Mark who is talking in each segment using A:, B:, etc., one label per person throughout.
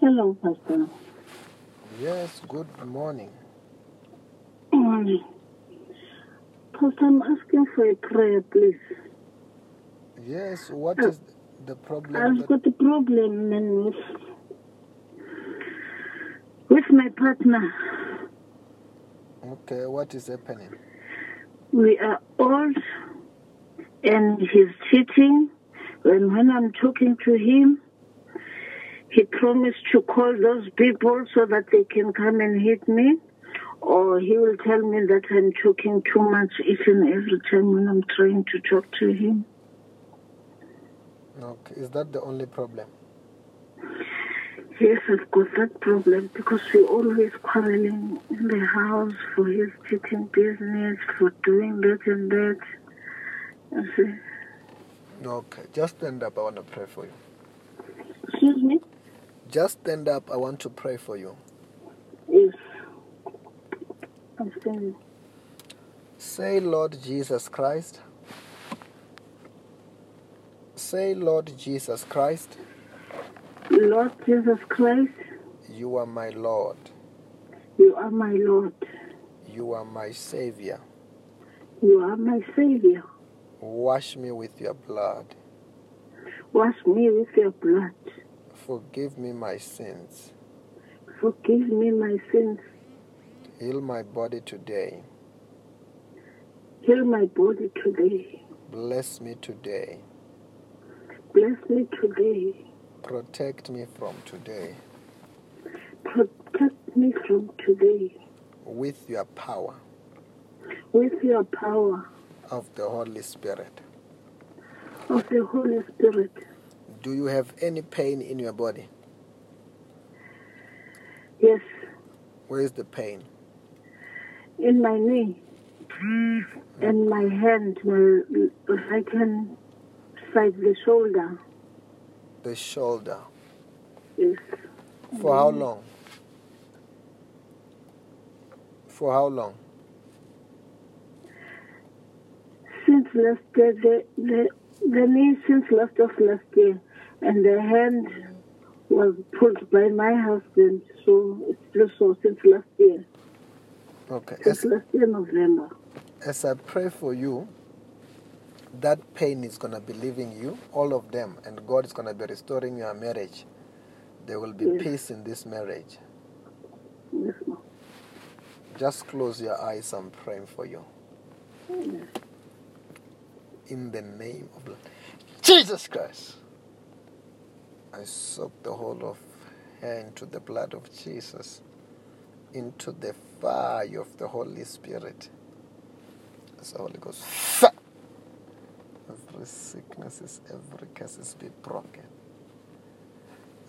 A: Hello, Pastor.
B: Yes, good morning.
A: Morning. Um, Pastor, I'm asking for a prayer, please.
B: Yes, what is the problem?
A: I've
B: That,
A: got a problem man, with, with my partner.
B: okay, what is happening?
A: We are old, and he's cheating. And when I'm talking to him, he promised to call those people so that they can come and hit me, or he will tell me that I'm talking too much each and every time when I'm trying to talk to him.
B: Okay, is that the only problem?
A: Yes, I've got that problem because we always quarreling in the house for his cheating business, for doing that and that. I say,
B: Okay, just stand up. I want to pray for you.
A: excuse me?
B: Just stand up. I want to pray for you.
A: Yes. I'm saying,
B: Say, Lord Jesus Christ. Say, Lord Jesus Christ,
A: Lord Jesus Christ,
B: you are my Lord.
A: you are my Lord.
B: You are my Savior.
A: You are my Savior.
B: Wash me with your blood.
A: Wash me with your blood.
B: Forgive me my sins.
A: Forgive me my sins.
B: Heal my body today.
A: Heal my body today.
B: Bless me today.
A: Bless me today.
B: Protect me from today
A: Protect me from today
B: with your power
A: with your power
B: of the Holy Spirit.
A: of the Holy Spirit.
B: Do you have any pain in your body?
A: Yes,
B: Where is the pain?
A: in my knee and my hand, my right hand side, the shoulder.
B: The shoulder.
A: Yes,
B: For how long? For how long?
A: since last year, the, the, the knee since last of last year, and the hand was put by my husband, so it's still so since last year,
B: Okay.
A: since
B: As,
A: last year November.
B: as I pray for you, that pain is going to be leaving you, all of them, and God is going to be restoring your marriage. There will be
A: Yes.
B: peace in this marriage.
A: Yes, ma'am.
B: Just close your eyes. I'm praying for you.
A: Yes.
B: in the name of Lord Jesus Christ. I soak the whole of her into the blood of Jesus, into the fire of the Holy Spirit. As the Holy Ghost, fire. every sickness, every curse be broken.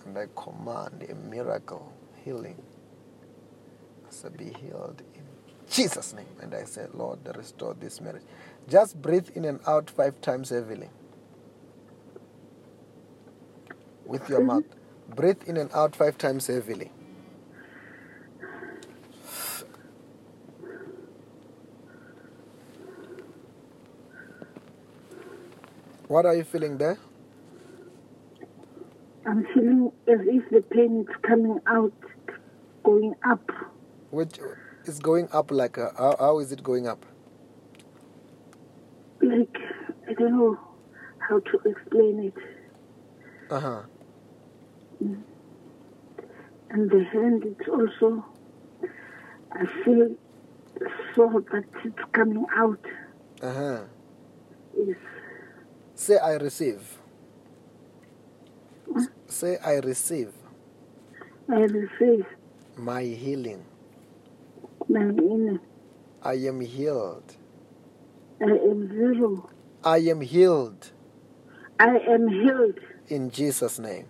B: And I command a miracle, healing, so be healed in Jesus' name. And I say, Lord, restore this marriage. Just breathe in and out five times heavily with your mouth. Breathe in and out five times heavily. What are you feeling there?
A: I'm feeling as if the pain is coming out, going up.
B: Which is going up like a, how, how is it going up?
A: Like, I don't know how to explain it.
B: Uh huh.
A: And the hand, it's also, I feel so that it's coming out.
B: Uh huh.
A: Yes.
B: Say I receive. S- Say I receive
A: I receive
B: my healing.
A: my inner.
B: I am healed.
A: I am zero.
B: I am healed
A: I am healed
B: in Jesus' name.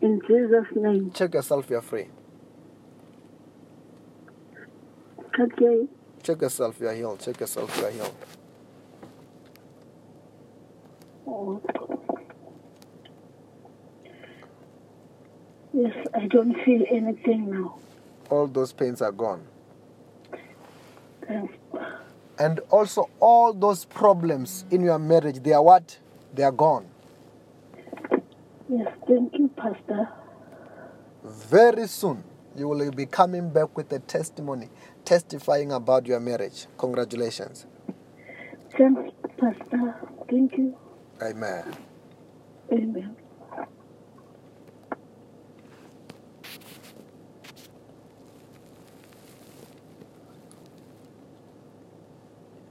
A: in Jesus' name.
B: Check yourself, you're free.
A: Okay.
B: Check yourself, you're healed. Check yourself, you're healed.
A: Oh. Yes, I don't feel anything now.
B: All those pains are gone.
A: Thanks.
B: And also, all those problems in your marriage, they are what? They are gone.
A: Yes, thank you, Pastor.
B: Very soon, you will be coming back with a testimony testifying about your marriage. Congratulations.
A: Thanks, Pastor. Thank you.
B: Amen.
A: Amen.